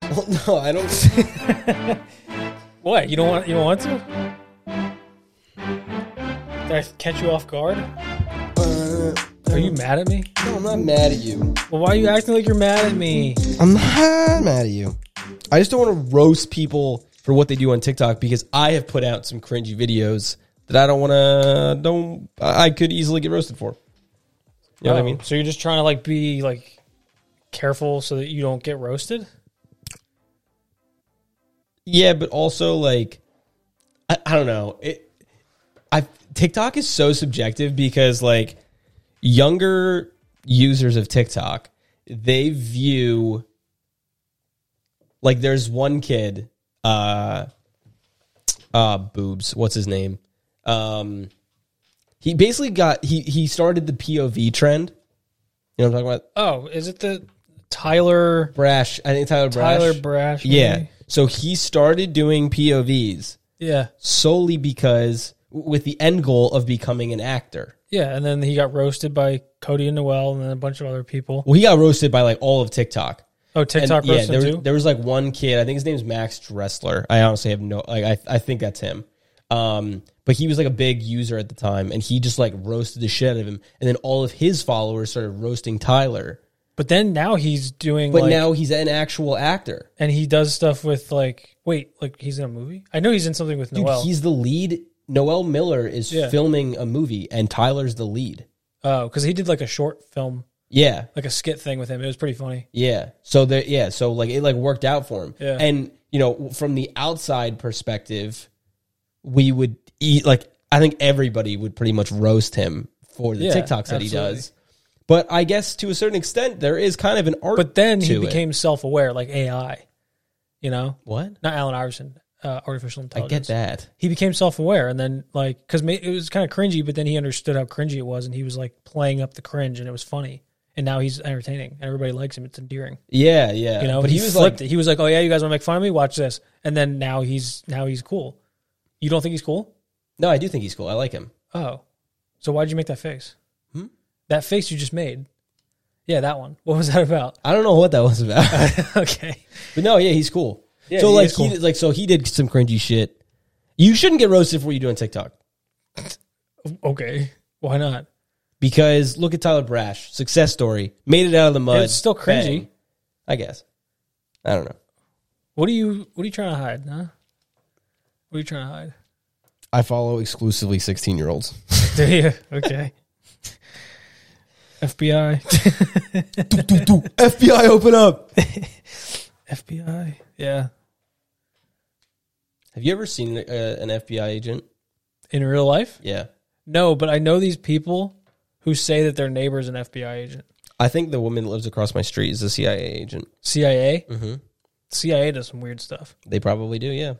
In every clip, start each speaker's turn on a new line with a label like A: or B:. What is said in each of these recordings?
A: don't know. I don't.
B: What? You don't want you don't want to? Did I catch you off guard? Are you mad at me?
A: Uh, no, I'm not mad at you.
B: Well, why are you acting like you're mad at me?
A: I'm not mad at you. I just don't want to roast people for what they do on TikTok because I have put out some cringy videos that I don't want to. Don't I could easily get roasted for. You know what I mean?
B: So you're just trying to like be like careful so that you don't get roasted?
A: Yeah, but also like, I, I don't know. It, I TikTok is so subjective because like younger users of TikTok, they view like there's one kid, uh, uh, boobs. What's his name? Um, he basically got he he started the POV trend. You know what I'm talking about?
B: Oh, is it the Tyler
A: Brash. I think Tyler Brash.
B: Tyler Brash? movie?
A: Yeah. So he started doing POVs
B: Yeah.
A: solely because with the end goal of becoming an actor.
B: Yeah, and then he got roasted by Cody and Noel and then a bunch of other people.
A: Well, he got roasted by like all of TikTok.
B: Oh,
A: And
B: TikTok
A: yeah,
B: roasted
A: there,
B: too?
A: there was like one kid. I think his name's Max Dressler. I honestly have no. Like, I I think that's him. Um, but he was like a big user at the time, and he just like roasted the shit out of him. And then all of his followers started roasting Tyler.
B: but then now he's doing
A: But
B: like
A: now he's an actual actor.
B: and he does stuff with like wait, like he's in a movie? I know he's in something with
A: Dude,
B: Noel.
A: he's the lead. Noel Miller is
B: Yeah.
A: filming a movie, and Tyler's the lead.
B: Oh, because he did like a short film,
A: Yeah,
B: like a skit thing with him. It was pretty funny.
A: Yeah. So there, yeah. So like it like worked out for him.
B: Yeah.
A: And you know, from the outside perspective, we would eat like I think everybody would pretty much roast him for the
B: Yeah,
A: TikToks that he
B: absolutely.
A: does. But I guess to a certain extent, there is kind of an art.
B: But then he
A: to it.
B: became self aware, like AI, you know,
A: what?
B: not Alan Iverson, uh, artificial
A: I
B: intelligence.
A: get that.
B: He became self aware and then, like, because it was kind of cringy, but then he understood how cringy it was and he was like playing up the cringe and it was funny. And now he's entertaining and everybody likes him. It's endearing,
A: Yeah, yeah.
B: you know.
A: but he, was like,
B: flipped it. He was like, "Oh yeah, you guys want to make fun of me? Watch this." And then now he's now he's cool. You don't think he's cool?
A: no, I do think he's cool. I like him.
B: Oh, so why did you make that face? That face you just made. Yeah, that one. What was that about?
A: I don't know what that was about,
B: okay.
A: but no, yeah, he's cool.
B: Yeah,
A: so
B: he
A: like
B: is cool.
A: he did- like so he did some cringy shit. You shouldn't get roasted for what you do on TikTok.
B: Okay. Why not?
A: because look at Tyler Brash, success story, made it out of the mud.
B: It's still cringy.
A: Bang. I guess. I don't know.
B: What are you What are you trying to hide? Huh? What are you trying to hide?
A: I follow exclusively sixteen-year-olds.
B: Do you? Okay. FBI.
A: FBI, open up.
B: FBI. Yeah.
A: Have you ever seen uh, an FBI agent?
B: In real life?
A: Yeah,
B: No, but I know these people who say that their neighbor's an FBI agent.
A: I think the woman that lives across my street is a CIA agent.
B: CIA.
A: Mm.
B: Mm-hmm. CIA does some weird stuff.
A: They probably do. Yeah.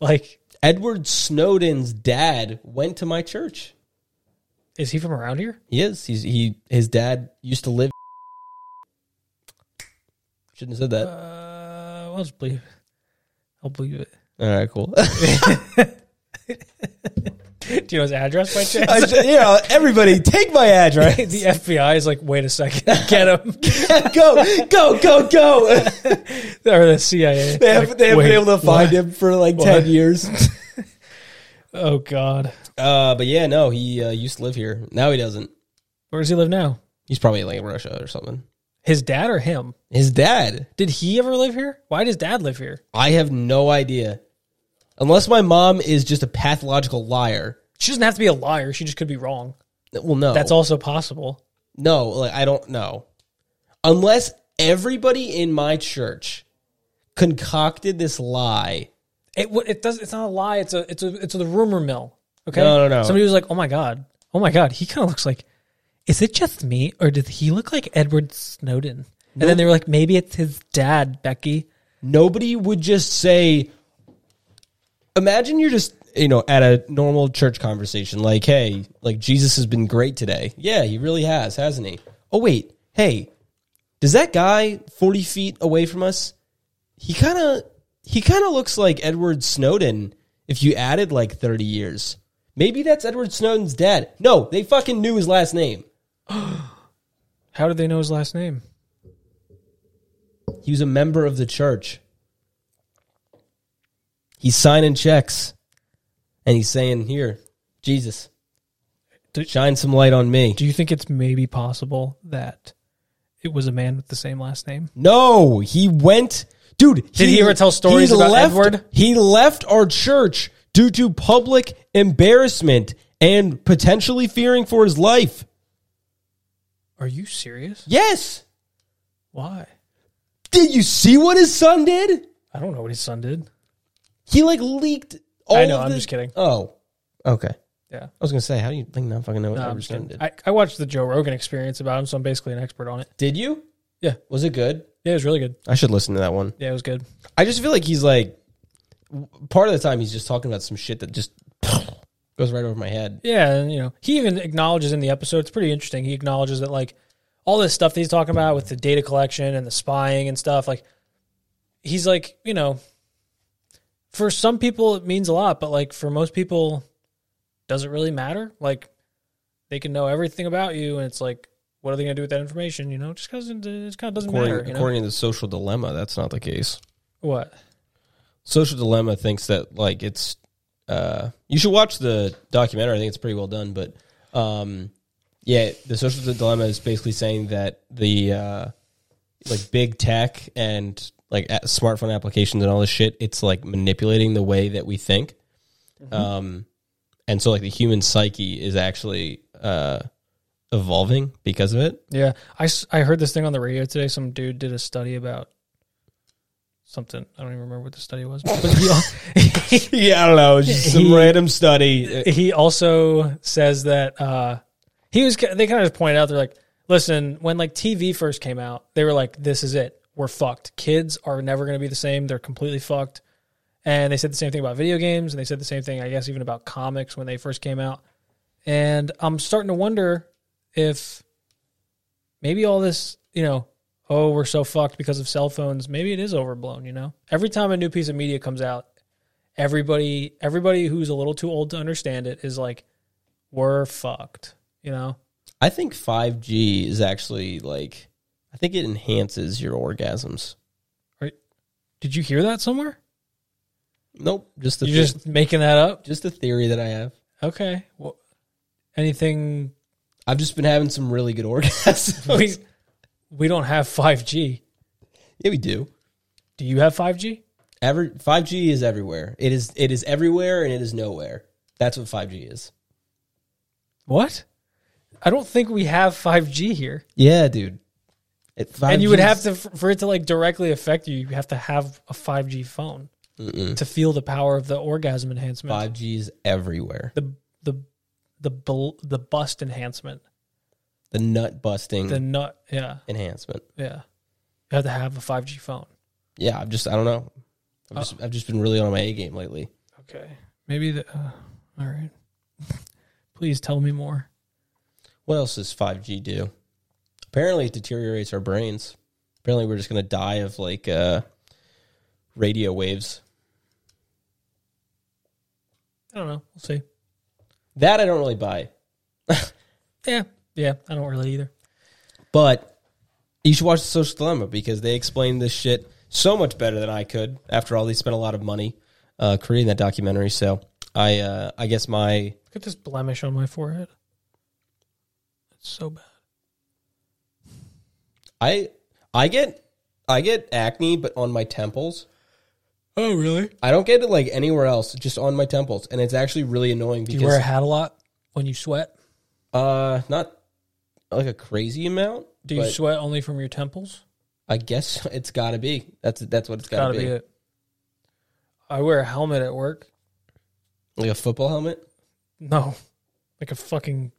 B: Like,
A: Edward Snowden's dad went to my church.
B: is he from around here?
A: He is. He's he. His dad used to live. Shouldn't have said that.
B: Uh, I'll just believe. I'll believe it.
A: All right, cool.
B: Do you know his address by chance?
A: I said, yeah, everybody, take my address.
B: the FBI is like, wait a second, get him.
A: go, go, go, go.
B: or the CIA.
A: They, have,
B: Like,
A: they haven't
B: wait,
A: been able to find
B: what?
A: him for like
B: What?
A: 10 years.
B: Oh God,
A: Uh, but yeah, no, he uh, used to live here. Now he doesn't.
B: where does he live now?
A: He's probably like in Russia or something.
B: His dad or him?
A: His dad.
B: Did he ever live here? Why did his dad live here?
A: I have no idea. Unless my mom is just a pathological liar.
B: She doesn't have to be a liar. She just could be wrong.
A: Well, no.
B: That's also possible.
A: No, like I don't know. Unless everybody in my church concocted this lie.
B: It wa- it does. It's not a lie. It's a it's a it's a rumor mill. Okay.
A: No, no, no.
B: Somebody was like, oh my God, oh my God, he kind of looks like. Is it just me, or does he look like Edward Snowden? And then they were like, maybe it's his dad, Becky.
A: nobody would just say imagine you're just you know at a normal church conversation like hey like jesus has been great today yeah he really has hasn't he oh wait hey does that guy 40 feet away from us he kind of he kind of looks like edward snowden if you added like 30 years maybe that's edward snowden's dad no they fucking knew his last name
B: How did they know his last name?
A: he was a member of the church He's signing checks and he's saying, Here, Jesus,
B: Do-
A: shine some light on me.
B: Do you think it's maybe possible that it was a man with the same last name?
A: No, he went. Dude,
B: Did he ever tell stories about
A: left,
B: Edward?
A: He left our church due to public embarrassment and potentially fearing for his life.
B: Are you serious?
A: Yes.
B: Why?
A: Did you see what his son did?
B: I don't know what his son did.
A: He like leaked all
B: I know.
A: of
B: I'm
A: the-
B: just kidding.
A: Oh. Okay. I
B: Yeah.
A: was going to say, how do you think not fucking know what
B: No, I'm
A: Edward
B: just
A: Snowden
B: kidding.
A: did?
B: Um, I, I watched the Joe Rogan experience about him, so I'm basically an expert on it.
A: did you?
B: Yeah.
A: Was it good?
B: Yeah, it was really good.
A: I should listen to that one.
B: Yeah, it was good.
A: I just feel like he's like, part of the time he's just talking about some shit that just goes right over my head.
B: Yeah, and you know, he even acknowledges in the episode, it's pretty interesting. He acknowledges that like all this stuff that he's talking about with the data collection and the spying and stuff, like he's like, you know, for some people it means a lot, but like for most people does it really matter? Like they can know everything about you and it's like what are they going to do with that information, you know? Just cuz it just kind of doesn't
A: According,
B: matter, you know?
A: according to the social dilemma, that's not the case.
B: What?
A: Social dilemma thinks that like it's. Uh, you should watch the documentary. I think it's pretty well done. But um, yeah, the social dilemma is basically saying that the uh, like big tech and like a- smartphone applications and all this shit, it's like manipulating the way that we think. Um, and so like the human psyche is actually uh, evolving because of it.
B: Yeah, I, s- I heard this thing on the radio today. Some dude did a study about something. I don't even remember what the study was. But he, al-
A: yeah, I don't know. It's just some
B: He-
A: random study.
B: he also says that uh, he was. ki- They kind of just pointed out. They're like, listen, when like TV first came out, they were like, this is it. We're fucked. Kids are never going to be the same. They're completely fucked. And they said the same thing about video games, and they said the same thing, I guess, even about comics when they first came out. And I'm starting to wonder if maybe all this, you know, oh, we're so fucked because of cell phones, maybe it is overblown, you know? Every time a new piece of media comes out, everybody everybody who's a little too old to understand it is like, we're fucked, you know?
A: I think 5G is actually like I think it enhances your orgasms.
B: Did you hear that somewhere?
A: Nope, just the
B: You're
A: the-
B: just making that up?
A: just the theory that I have.
B: Okay. Well, anything
A: I've just been having some really good orgasms.
B: we, we don't have 5G.
A: yeah, we do.
B: Do you have 5G?
A: Every 5G is everywhere. It is it is everywhere and it is nowhere. That's what 5G is.
B: What? I don't think we have 5G here.
A: Yeah, dude. It, 5G
B: and you would have to for it to like directly affect you, you have to have a 5G phone to feel the power of the orgasm enhancement,
A: 5G is everywhere.
B: the the the bul- the bust enhancement,
A: The nut busting
B: the nut. Yeah,
A: enhancement.
B: yeah. You have to have a 5G phone.
A: Yeah, I've just I don't know.
B: Uh,
A: I've just I've just been really on my A game lately.
B: Okay, maybe the. Uh, all right. Please tell me more.
A: What else does 5G do? Apparently, it deteriorates our brains. Apparently, we're just going to die of like uh, radio waves.
B: I don't know. We'll see.
A: That I don't really buy,
B: Yeah, yeah. I don't really either.
A: but you should watch The Social Dilemma because they explain this shit so much better than I could. After all, they spent a lot of money uh, creating that documentary. So I, uh, I guess my
B: Look at this blemish on my forehead. It's so bad.
A: I, I get, I get acne, but on my temples.
B: Oh really?
A: I don't get it like anywhere else, just on my temples, and it's actually really annoying
B: Do
A: because
B: you wear a hat a lot when you sweat?
A: Uh, not like a crazy amount.
B: Do you
A: but
B: sweat only from your temples?
A: I guess it's got to be. That's that's what it's got
B: Gotta,
A: to be.
B: be. it. I wear a helmet at work.
A: Like a football helmet.
B: No, like a fucking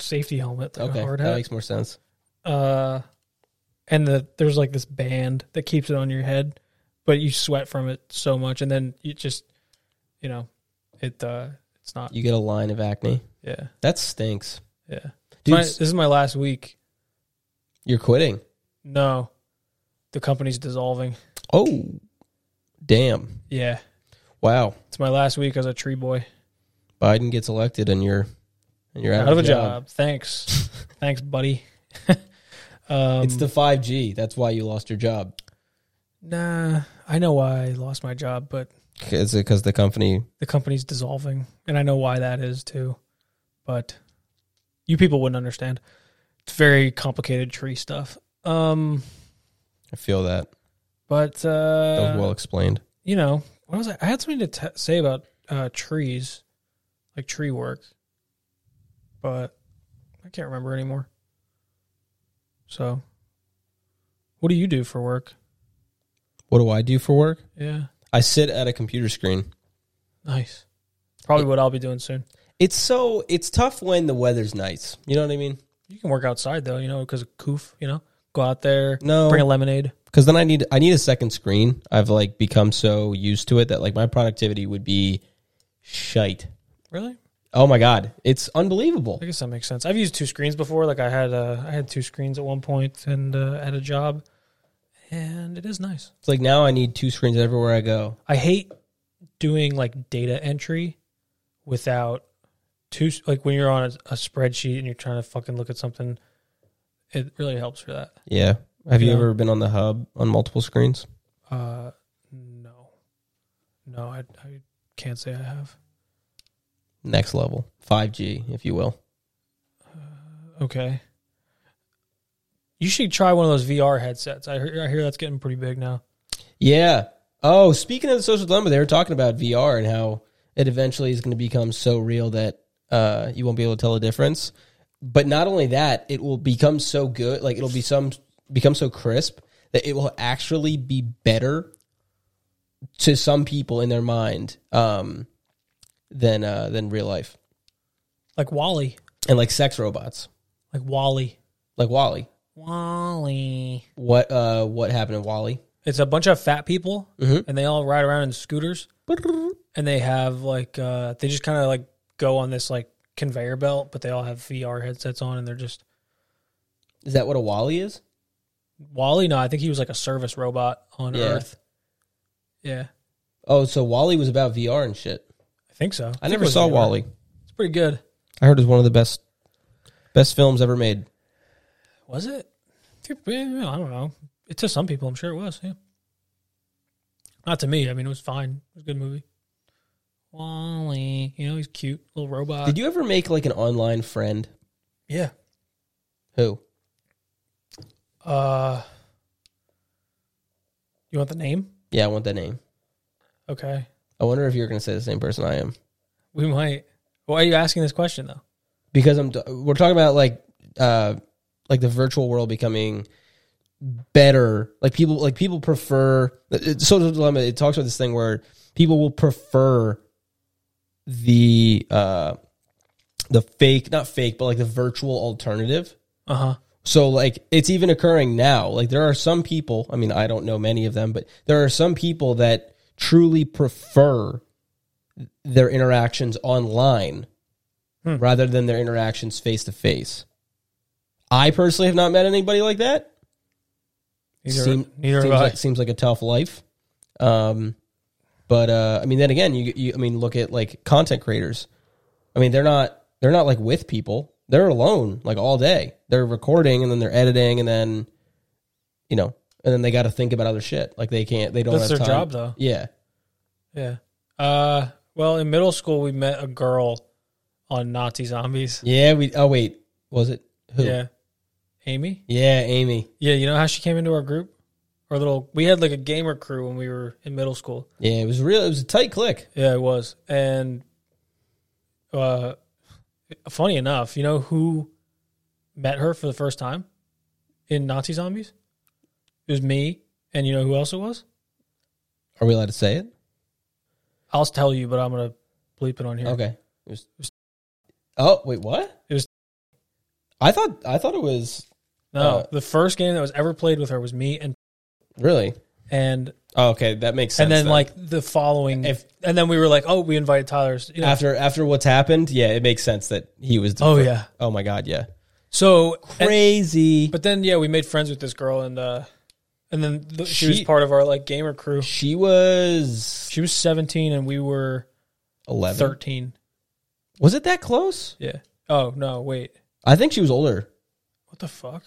B: safety helmet, like
A: Okay,
B: a hard
A: that
B: hat.
A: makes more sense.
B: uh, and the there's like this band that keeps it on your head, but you sweat from it so much, and then you just, you know, it uh, it's not.
A: You get a line of acne.
B: Yeah,
A: That stinks,
B: yeah.
A: dude.
B: My- this is my last week.
A: You're quitting.
B: No, the company's dissolving.
A: Oh, damn!
B: Yeah,
A: Wow,
B: it's my last week as a tree boy.
A: Biden gets elected, and you're and you're out,
B: out of a job. Thanks, thanks, buddy. um,
A: It's the 5G. That's why you lost your job.
B: Nah, I know why I lost my job, but
A: Is it because the company?
B: the company's dissolving, and I know why that is too. But you people wouldn't understand. It's very complicated tree stuff. Um,
A: I feel that
B: but
A: that was
B: uh,
A: well explained.
B: you know, what was I? I had something to t- say about uh, trees, like tree work, but I can't remember anymore. So, what do you do for work?
A: What do I do for work?
B: Yeah,
A: I sit at a computer screen.
B: nice. Probably what I'll be doing soon.
A: It's so it's tough when the weather's nice. You know what I mean?
B: You can work outside though, you know, because of coof. You know, go out there,
A: No,
B: bring a lemonade.
A: because then I need I need a second screen. I've like become so used to it that like my productivity would be shite.
B: Really?
A: Oh my god, it's unbelievable.
B: I guess that makes sense. I've used two screens before. Like I had, uh, I had two screens at one point and uh, at a job, and it is nice.
A: It's like now I need two screens everywhere I go.
B: I hate doing like data entry without two. Like when you're on a, a spreadsheet and you're trying to fucking look at something, it really helps for that.
A: Yeah. Have you
B: Yeah.
A: ever been on the hub on multiple screens?
B: Uh, no, no, I, I can't say I have.
A: Next level, five G, if you will.
B: Okay. You should try one of those VR headsets. I hear, I hear that's getting pretty big now.
A: Yeah. Oh, speaking of the social dilemma, they were talking about VR and how it eventually is going to become so real that uh, you won't be able to tell the difference. But not only that, it will become so good, like it'll be some become so crisp that it will actually be better to some people in their mind um, than uh, than real life
B: Like Wally.
A: and like sex robots,
B: Like Wally.
A: like Wally.
B: Wally.
A: What uh, what happened in Wally?
B: It's a bunch of fat people
A: Mhm.
B: and they all ride around in scooters and they have like uh they just kind of like go on this like conveyor belt but they all have VR headsets on and they're just
A: Is that what a Wally is?
B: Wally no, I think he was like a service robot on
A: Yeah.
B: Earth. Yeah.
A: Oh, so Wally was about VR and shit.
B: I think so.
A: I never saw Wally.
B: It's pretty good.
A: I heard it's one of the best best films ever made.
B: Was it? I don't know. It to some people, I'm sure it was. Yeah. Not to me. I mean, it was fine. It was a good movie. Wally, you know, he's cute little robot.
A: Did you ever make like an online friend?
B: Yeah.
A: Who?
B: Uh, you want the name?
A: Yeah, I want that name.
B: Okay,
A: I wonder if you're going to say the same person I am
B: we might. Why are you asking this question though?
A: because I'm. We're talking about like uh like the virtual world becoming better. Like people like people prefer it- social dilemma. It talks about this thing where people will prefer the uh the fake, not fake, but like the virtual alternative.
B: Uh
A: Uh-huh.
B: huh.
A: So like it's even occurring now. Like there are some people, I mean I don't know many of them, but there are some people that truly prefer their interactions online
B: Hmm.
A: rather than their interactions face to face. I personally have not met anybody like that.
B: Neither,
A: Seem-
B: neither
A: seems
B: of
A: like,
B: us.
A: seems like a tough life. Um but uh I mean then again, you you I mean look at like content creators. I mean they're not they're not like with people. They're alone like all day. They're recording and then they're editing and then you know, and then they got to think about other shit. Like they can't they don't
B: That's
A: have
B: their
A: time.
B: job though.
A: Yeah.
B: Yeah. Uh, well, in middle school we met a girl on Nazi zombies.
A: Yeah, we oh wait, was it who?
B: Yeah. Amy.
A: Yeah, Amy.
B: Yeah, you know how she came into our group? Our little we had like a gamer crew when we were in middle school.
A: Yeah, it was real it was a tight click.
B: Yeah, it was. And uh funny enough, you know who met her for the first time in Nazi zombies? It was me and you know who else it was?
A: Are we allowed to say it?
B: I'll tell you, but I'm gonna bleep it on here.
A: Okay. It was, Oh, wait, what?
B: It was-
A: I thought I thought it was
B: No,
A: Uh,
B: the first game that was ever played with her was me and
A: really
B: and
A: Oh, okay, that makes sense.
B: and then like the following
A: If-
B: and then we were like, Oh, we invited Tyler's you know,
A: after after what's happened, yeah, it makes sense that he was. the
B: Oh
A: fir-
B: yeah.
A: Oh my god, yeah.
B: So and-
A: Crazy.
B: But then yeah, we made friends with this girl and uh and then th- she, was
A: She-
B: part of our like gamer crew.
A: she was
B: She was 17 and we were
A: eleven.
B: 13.
A: Was it that close?
B: Yeah. Oh, no, wait.
A: I think she was older.
B: What the fuck?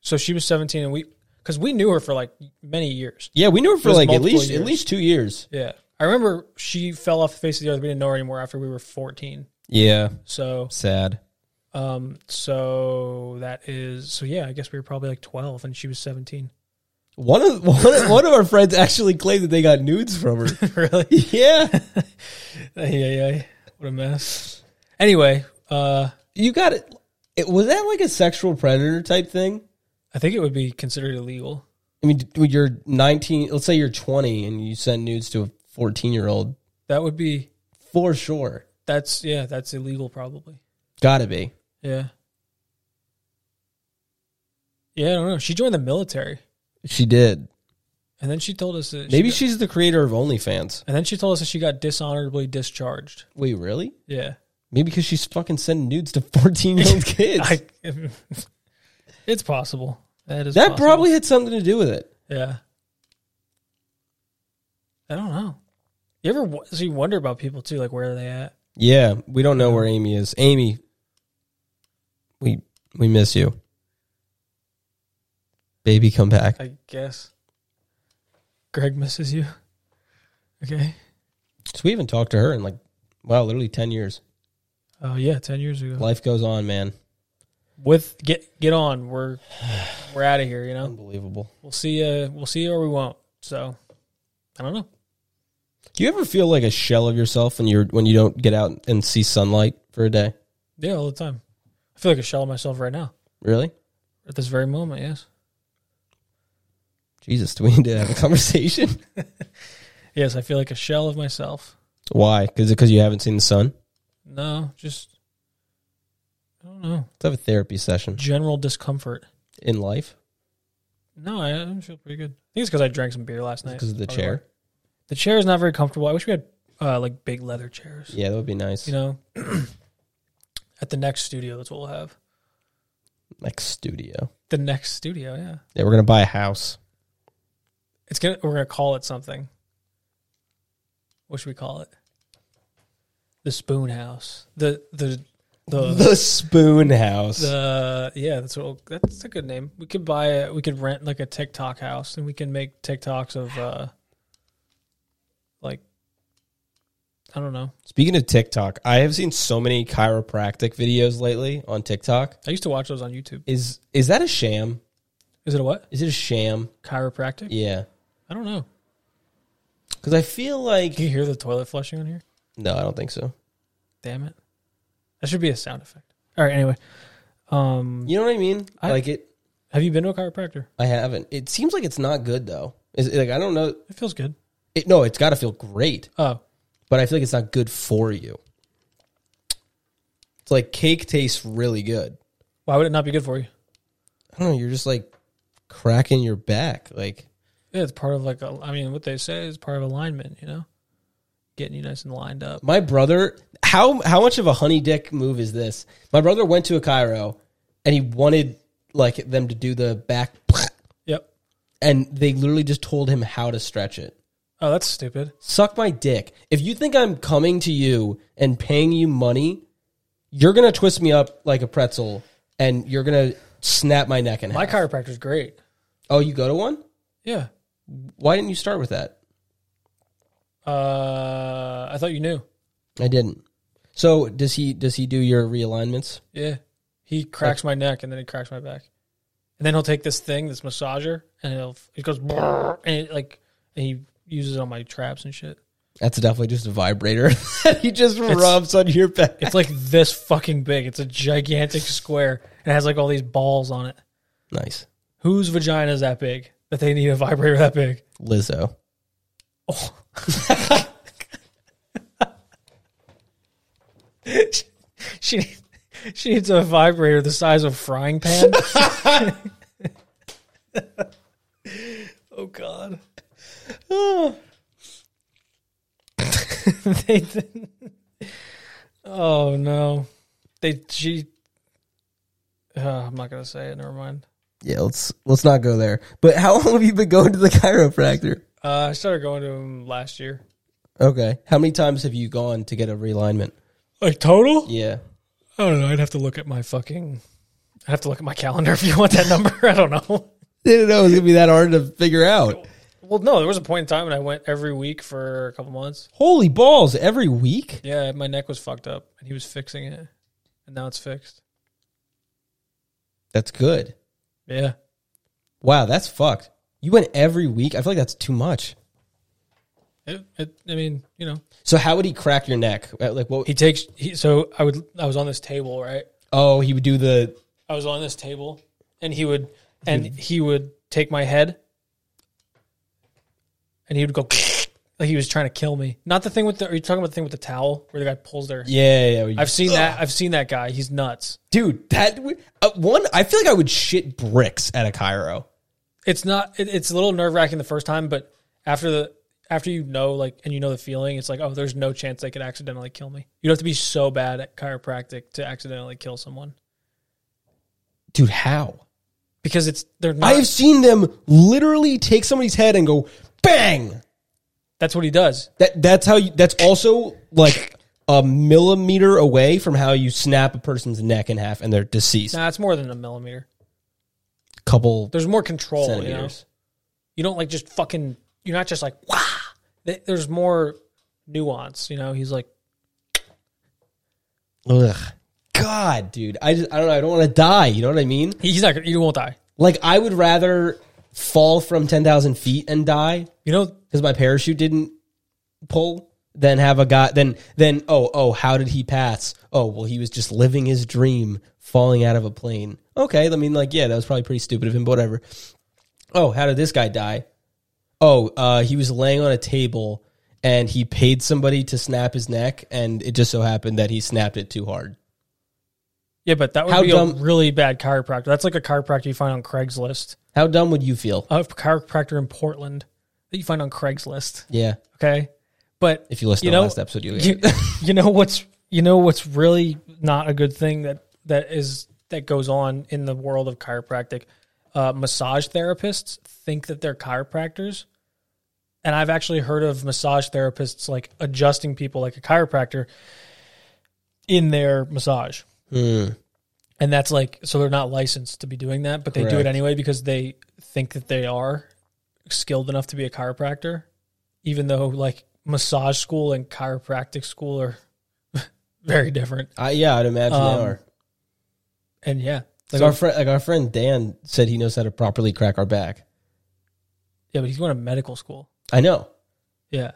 B: So she was 17 and we because we knew her for like many years.
A: Yeah, we knew her for
B: was
A: like at
B: multiple
A: least at
B: years.
A: least two years.
B: Yeah, I remember she fell off the face of the earth. We didn't know her anymore after we were fourteen.
A: Yeah,
B: So,
A: sad.
B: um, so that is so. Yeah, I guess we were probably like twelve, and she was seventeen.
A: One of one of, one of our friends actually claimed that they got nudes from her.
B: really?
A: yeah,
B: Yeah, yeah. What a mess. Anyway, uh,
A: you got it. it. Was that like a sexual predator type thing?
B: I think it would be considered illegal.
A: I mean, when you're 19, let's say you're 20 and you send nudes to a 14 year old,
B: That would be.
A: for sure.
B: That's yeah. That's illegal, probably.
A: Gotta be.
B: Yeah. Yeah, I don't know. She joined the military,
A: She did.
B: and then she told us that
A: Maybe
B: She,
A: she's the creator of OnlyFans.
B: got- and then she told us that she got dishonorably discharged.
A: Wait, really?
B: Yeah.
A: Maybe because she's fucking sending nudes to 14 year old kids.
B: I, it's possible. That is
A: that
B: possible.
A: probably had something to do with it.
B: yeah. I don't know. You ever wo- so you wonder about people too, like where are they at?
A: Yeah, we don't know where Amy is. Amy, we we miss you. Baby, come back.
B: I guess. Greg misses you. Okay.
A: So we haven't talked to her in like, wow, literally 10 years.
B: Oh yeah, ten years ago.
A: Life goes on, man.
B: With get get on, we're we're out of here. You know,
A: Unbelievable.
B: we'll see. Uh, we'll see you or we won't. So, I don't know.
A: Do you ever feel like a shell of yourself when you're when you don't get out and see sunlight for a day?
B: Yeah, all the time. I feel like a shell of myself right now
A: Really?
B: at this very moment. Yes.
A: Jesus, do we need to have a conversation?
B: Yes, I feel like a shell of myself.
A: Why? Because because you haven't seen the sun.
B: No, just I don't know.
A: Let's have a therapy session
B: General discomfort.
A: in life
B: No, I, I feel pretty good. I think it's because I drank some beer last night.
A: because of the
B: Probably
A: chair.
B: why. The chair is not very comfortable. I wish we had uh, like big leather chairs.
A: Yeah, that would be nice.
B: You know, at the next studio, that's what we'll have.
A: like studio.
B: The next studio, yeah.
A: Yeah, we're gonna buy a house.
B: It's gonna. We're gonna call it something. What should we call it? The Spoon House. The the the.
A: The Spoon House.
B: Uh, The yeah, that's what we'll, that's a good name. We could buy a, we could rent like a TikTok house, and we can make TikToks of uh, like I don't know.
A: Speaking of TikTok, I have seen so many chiropractic videos lately on TikTok.
B: I used to watch those on YouTube.
A: Is is that a sham?
B: Is it a what
A: Is it a sham?
B: chiropractic?
A: Yeah,
B: I don't know.
A: because I feel like
B: Can you hear the toilet flushing on here?
A: no, I don't think so.
B: Damn it! That should be a sound effect. All right. Anyway, um,
A: You know what I mean?
B: I-
A: like it.
B: have you been to a chiropractor?
A: I haven't. It seems like it's not good though. Is it, like I don't know.
B: It feels good.
A: It, no, it's got to feel great,
B: Oh,
A: but I feel like it's not good for you. It's like cake tastes really good.
B: why would it not be good for you?
A: I don't know. You're just like cracking your back. Like
B: Yeah, it's part of like a, I mean, what they say is part of alignment. You know, getting you nice and lined up.
A: my brother. How how much of a honey dick move is this? My brother went to a Cairo, and he wanted like them to do the back,
B: Yep.
A: and they literally just told him how to stretch it.
B: Oh, that's stupid.
A: suck my dick. If you think I'm coming to you and paying you money, you're gonna twist me up like a pretzel and you're gonna snap my neck in half.
B: My chiropractor's great.
A: oh, you go to one?
B: Yeah.
A: Why didn't you start with that?
B: Uh, I thought you knew.
A: I didn't. So does he does he do your realignments?
B: Yeah. He cracks my neck and then he cracks my back. And then he'll take this thing, this massager, and he'll it goes brrr, and it like and he uses it on my traps and shit.
A: That's definitely just a vibrator that he just rubs on your back.
B: It's like this fucking big. It's a gigantic square and it has like all these balls on it.
A: Nice.
B: Whose vagina is that big that they need a vibrator that big?
A: Lizzo.
B: She she needs a vibrator the size of a frying pan. oh God. they didn't- oh no they she uh, i'm not gonna say it never mind
A: Yeah, let's let's not go there. But how long have you been going to the chiropractor?
B: uh, i started going to him last year
A: Okay. How many times have you gone to get a realignment?
B: like total
A: Yeah.
B: i don't know i'd have to look at my fucking i'd have to look at my calendar if you want that number i don't know
A: didn't know it was gonna be that hard to figure out.
B: Well, no, there was a point in time when I went every week for a couple months.
A: Holy balls! Every week.
B: Yeah, my neck was fucked up, and he was fixing it, and now it's fixed.
A: That's good.
B: Yeah,
A: Wow, that's fucked. You went every week. I feel like that's too much.
B: it, it, I mean, you know,
A: So how would he crack your neck? Uh, Like what?
B: he takes. He, so I would. I was on this table, right?
A: oh, he would do the.
B: I was on this table, and he would, and he would take my head, and he would go like he was trying to kill me. Not the thing with the. Are you talking about the thing with the towel where the guy pulls their?
A: Yeah, yeah. yeah.
B: I've seen that. I've seen that guy. He's nuts.
A: dude, that would- uh, one. I feel like I would shit bricks at a Cairo.
B: It's not. It, it's a little nerve wracking the first time, but after the after you know like and you know the feeling, it's like oh, there's no chance they could accidentally kill me. You have to be so bad at chiropractic to accidentally kill someone
A: Dude, how?
B: because it's they're not.
A: I have seen them literally take somebody's head and go bang.
B: that's what he does.
A: That that's how you. That's also like a millimeter away from how you snap a person's neck in half and they're deceased.
B: Nah, it's more than a millimeter.
A: Couple
B: There's more control. You know?
A: centimeters.
B: you don't like just fucking you're not just like wow Th- there's more nuance you know he's like
A: Ugh. God, dude, I just I don't know. I don't want to die. You know what I mean?
B: he's not gonna- you won't die
A: Like I would rather fall from ten thousand feet and die
B: you know
A: because my parachute didn't pull than have a guy then then oh oh how did he pass? Oh well, he was just living his dream, falling out of a plane. Okay, I mean like yeah, that was probably pretty stupid of him, but whatever. Oh, how did this guy die? Oh, uh, he was laying on a table and he paid somebody to snap his neck, and it just so happened that he snapped it too hard.
B: yeah but that would
A: How
B: be
A: dumb-
B: a really bad chiropractor that's like a chiropractor you find on craigslist
A: How dumb would you feel?
B: a chiropractor in portland that you find on craigslist
A: Yeah.
B: okay but
A: If you listen
B: You
A: to
B: know-
A: the last episode, you'll
B: you,
A: get it.
B: you know what's you know what's really not a good thing that that is that goes on in the world of chiropractic uh, massage therapists think that they're chiropractors and i've actually heard of massage therapists like adjusting people like a chiropractor in their massage
A: Hmm.
B: and that's like so they're not licensed to be doing that but they do
A: Correct.
B: it anyway because they think that they are skilled enough to be a chiropractor even though like massage school and chiropractic school are very different.
A: I, yeah, I'd imagine
B: Um,
A: they are.
B: And yeah,
A: Like
B: so-
A: our friend, like our friend Dan said, he knows how to properly crack our back.
B: yeah, but he's going to medical school.
A: I know.
B: Yeah,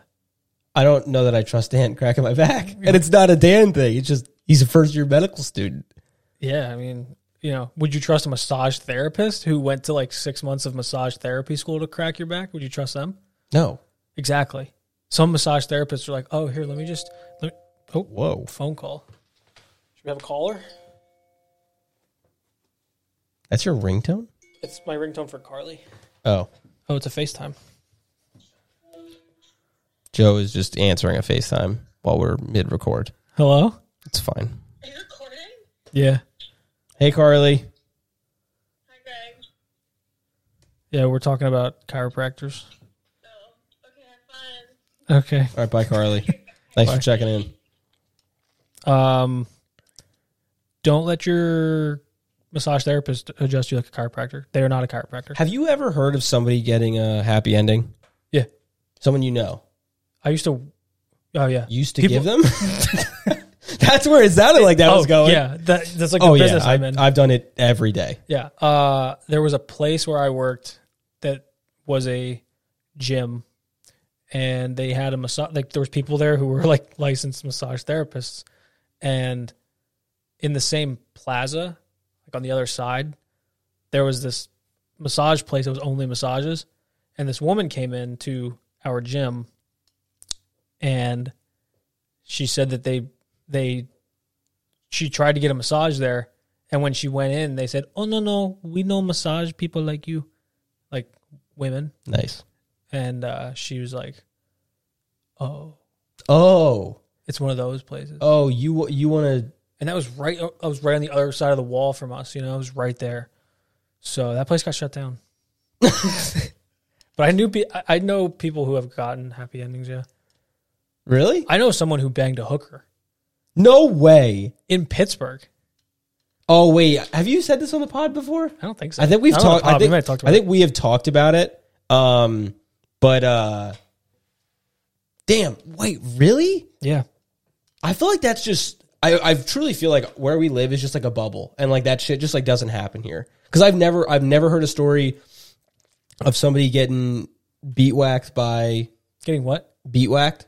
A: I don't know that I trust Dan cracking my back, and it's not a Dan thing. It's just he's a first year medical student.
B: yeah. I mean, you know, would you trust a massage therapist who went to like six months of massage therapy school to crack your back? Would you trust them?
A: No.
B: Exactly. Some massage therapists are like, oh, here, let me just let me, oh,
A: Whoa.
B: phone call. Should we have a caller?
A: That's your ringtone.
B: It's my ringtone for Carly.
A: Oh,
B: Oh, it's a FaceTime.
A: Joe is just answering a FaceTime while we're mid record.
B: Hello.
A: It's fine.
C: Are you recording?
B: Yeah,
A: Hey, Carly.
C: Hi, Greg.
B: yeah. We're talking about chiropractors.
C: Oh, okay, have fun.
B: Okay.
A: All right, bye, Carly. Thanks for checking in.
B: Um, don't let your massage therapist adjust you like a chiropractor. They are not a chiropractor.
A: Have you ever heard of somebody getting a happy ending?
B: Yeah,
A: Someone you know.
B: I used to. Oh yeah,
A: used to
B: People-
A: give them. That's where it sounded like that
B: oh
A: was going.
B: yeah, that, that's like
A: Oh
B: the
A: yeah,
B: business
A: I,
B: I'm in.
A: I've done it every day.
B: yeah, uh, there was a place where I worked that was a gym, and they had a massage. Like there was people there who were like licensed massage therapists, and in the same plaza, like on the other side, there was this massage place that was only massages. And this woman came in to our gym and she said that they they she tried to get a massage there and when she went in they said, "Oh no no, we know massage people like you." Like women.
A: Nice.
B: And uh, she was like, "Oh,
A: Oh,
B: it's one of those places."
A: oh, you you want to?
B: and that was right i was right on the other side of the wall from us you know i was right there so that place got shut down but i knew pe- I- i know people who have gotten happy endings yeah
A: Really?
B: i know someone who banged a hooker
A: No way.
B: in pittsburgh
A: Oh wait, have you said this on the pod before?
B: I don't think so.
A: I think we've
B: don't know
A: talked.
B: the pod.
A: I
B: we
A: think,
B: might have talked about
A: I think we have talked about it. Um, but uh, damn, wait, really?
B: it. Yeah.
A: I feel like that's just. I, I truly feel like where we live is just like a bubble, and like that shit just like doesn't happen here. Because I've never, I've never heard a story of somebody getting beat whacked by
B: Getting what?
A: beat whacked.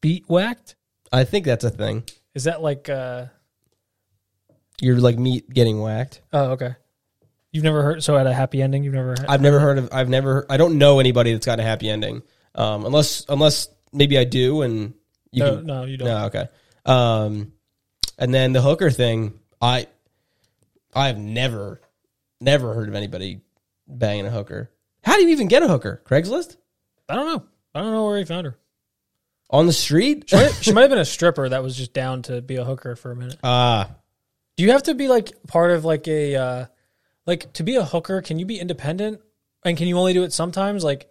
B: Beat whacked?
A: I think that's a thing.
B: Is that like uh
A: You're like meat getting whacked.
B: oh okay. You've never heard so at a happy ending you've never heard
A: I've never heard of. I've never. I don't know anybody that's got a happy ending. Um, unless unless maybe I do, and you
B: no,
A: can.
B: no, you don't.
A: No, okay. Um, and then the hooker thing, I, I've never, never heard of anybody banging a hooker. How do you even get a hooker? Craigslist
B: I don't know. I don't know where he found her.
A: on the street?
B: She might, she might have been a stripper that was just down to be a hooker for a minute.
A: Ah,
B: Do you have to be like part of like a uh like to be a hooker, can you be independent? And can you only do it sometimes? Like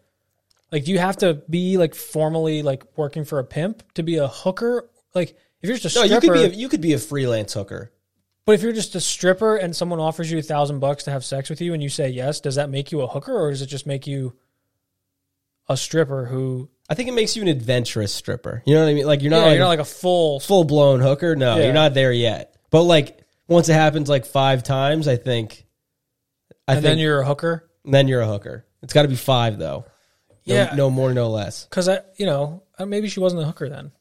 B: like do you have to be like formally like working for a pimp to be a hooker? Like if you're just a
A: no, you
B: stripper,
A: could be a, you could be a freelance hooker.
B: But if you're just a stripper and someone offers you a thousand bucks to have sex with you and you say yes, does that make you a hooker or does it just make you a stripper who
A: I think it makes you an adventurous stripper. You know what I mean? Like you're
B: yeah,
A: not like
B: you're not like a full
A: full blown hooker. No,
B: Yeah.
A: you're not there yet. But like once it happens like five times, I think, I
B: and
A: think
B: then you're a hooker?
A: then you're a hooker. It's got to be five though. No,
B: Yeah.
A: no more, no less.
B: Cuz I, you know, uh, maybe she wasn't a hooker then.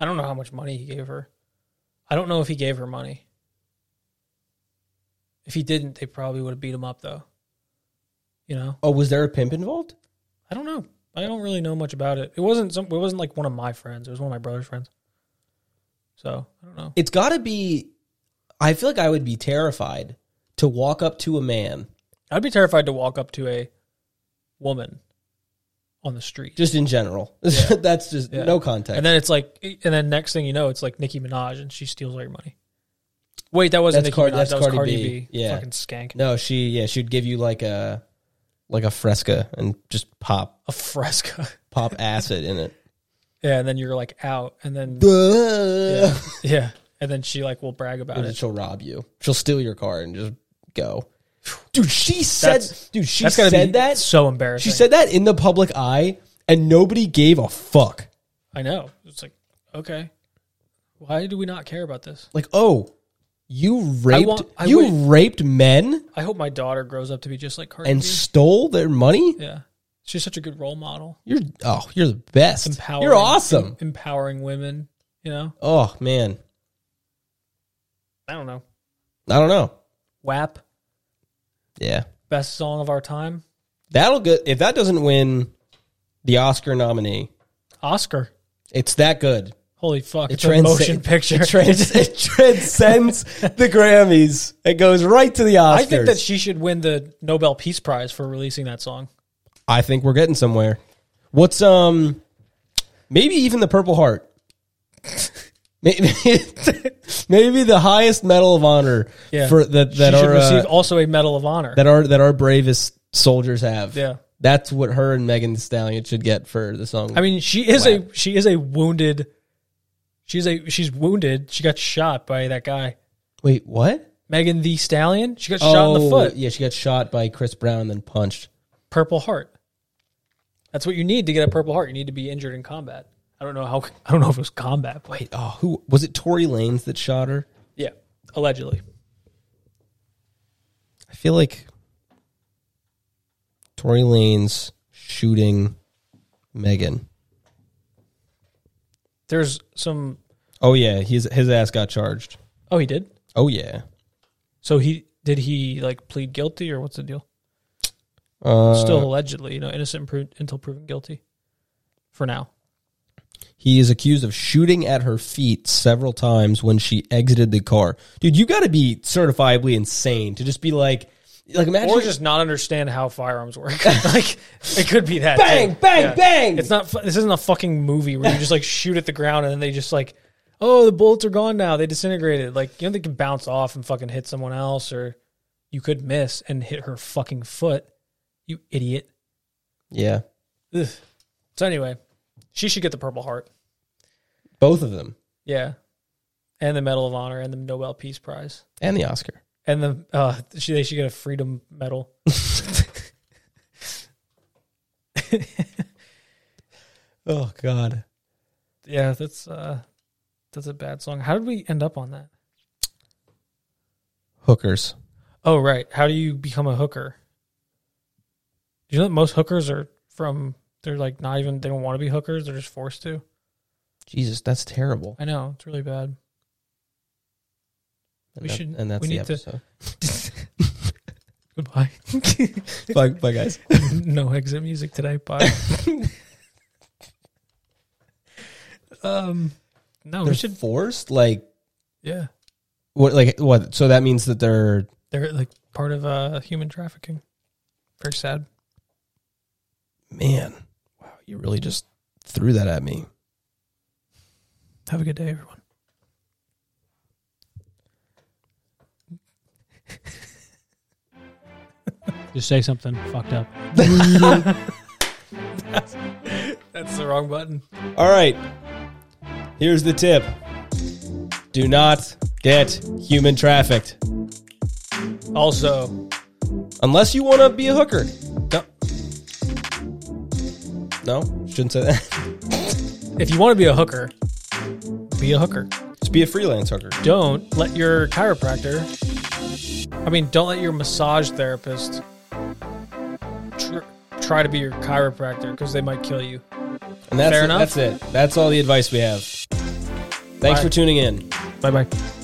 B: I don't know how much money he gave her. I don't know if he gave her money. If he didn't, they probably would have beat him up though. You know?
A: Oh, was there a pimp involved?
B: I don't know. I don't really know much about it. It wasn't some it wasn't like one of my friends. It was one of my brother's friends. So, I don't know.
A: it's got to be i feel like i would be terrified to walk up to a man
B: I'd be terrified to walk up to a woman on the street.
A: just in general that's just
B: Yeah.
A: no context
B: and then it's like, and then next thing you know, it's like Nicki Minaj and she steals all your money. Wait, that wasn't
A: That's Car-
B: Nicki Minaj.
A: that's
B: that was Cardi,
A: Cardi
B: B.
A: B. Yeah.
B: Fucking skank.
A: no she yeah she'd give you like a like a fresca and just pop
B: A fresca.
A: pop acid in it
B: yeah. And then you're like out. And then,
A: yeah.
B: yeah. And then she like will brag about
A: and then
B: it.
A: she'll rob you she'll steal your car and just go dude she said
B: That's-
A: dude she
B: That's gotta
A: said
B: be
A: that
B: so embarrassing.
A: she said that in the public eye and nobody gave a fuck
B: I know. It's like, okay. Why do we not care about this?
A: like oh you raped
B: want- I
A: you
B: would- Mm-hmm.
A: raped men
B: I hope my daughter grows up to be just like Cardi
A: and
B: B.
A: stole their money
B: yeah. She's such a good role model.
A: You're oh, you're the best.
B: empowering
A: You're awesome.
B: em- empowering women you know
A: Oh man,
B: i don't know
A: I don't know.
B: wap
A: Yeah,
B: best song of our time
A: that'll good. If that doesn't win the Oscar nominee,
B: oscar
A: it's that good.
B: holy fuck it's a
A: transce-
B: motion picture
A: It, trans- it transcends the Grammys. It goes right to the Oscars.
B: i think that she should win the nobel peace prize for releasing that song
A: I think we're getting somewhere. What's um, maybe even the Purple Heart. Maybe, maybe the highest medal of honor
B: Yeah.
A: for that that
B: she should
A: are uh,
B: receive also a medal of honor
A: that our that our bravest soldiers have.
B: Yeah.
A: that's what her and Megan Thee Stallion should get for the song.
B: i mean she is a she is a wounded she's a she's wounded she got shot by that guy
A: wait, what?
B: megan the stallion she got shot
A: Oh,
B: in the foot
A: Yeah, she got shot by Chris Brown, then punched.
B: purple heart. That's what you need to get a purple heart. You need to be injured in combat. I don't know how. I don't know if it was combat. But
A: Wait, oh, who was it? Tory Lanez that shot her.
B: yeah, allegedly.
A: I feel like Tory Lanez shooting Megan.
B: There's some.
A: Oh yeah, his his ass got charged.
B: Oh, he did.
A: Oh yeah,
B: So he did he like plead guilty or what's the deal?
A: uh,
B: Still allegedly, you know, innocent pro- until proven guilty. For now,
A: He is accused of shooting at her feet several times when she exited the car. Dude, you got to be certifiably insane to just be like, like imagine
B: or just not understand how firearms work. like it could be that.
A: bang,
B: too.
A: bang,
B: Yeah.
A: bang.
B: It's not. fu- This isn't a fucking movie where you just like shoot at the ground and then they just like, oh, the bullets are gone now. They disintegrated. Like you know, they can bounce off and fucking hit someone else, or you could miss and hit her fucking foot. You idiot.
A: yeah,
B: Ugh. So anyway, she should get the Purple Heart.
A: both of them
B: Yeah, and the Medal of Honor and the Nobel Peace Prize.
A: and the Oscar.
B: and the uh, she they should get a freedom medal.
A: Oh God.
B: yeah, that's uh, that's a bad song. How did we end up on that?
A: Hookers.
B: Oh, right. How do you become a hooker? Do you know that most hookers are from? They're like not even. They don't want to be hookers. They're just forced to.
A: Jesus, that's terrible.
B: I know it's really bad.
A: And
B: We
A: that-
B: should-
A: and that's
B: we
A: the
B: need
A: episode.
B: to- Goodbye.
A: bye, bye, guys.
B: no exit music today. Bye. um, no,
A: They're
B: we should.
A: forced, like
B: Yeah,
A: what, like what? So that means that they're
B: they're like part of uh human trafficking. Very sad.
A: man. Wow, you really just threw that at me.
B: Have a good day, everyone.
D: Just say something fucked up.
B: That's the wrong button.
A: All right. Here's the tip. Do not get human trafficked
B: Also,
A: unless you want to be a hooker.
B: don't-
A: No, shouldn't say that.
B: if you want to be a hooker, be a hooker.
A: Just be a freelance hooker.
B: Don't let your chiropractor, I mean, don't let your massage therapist tr- try to be your chiropractor because they might kill you.
A: And that's
B: Fair
A: it,
B: enough.
A: that's it. That's all the advice we have. Thanks
B: Bye.
A: for tuning in.
B: Bye bye.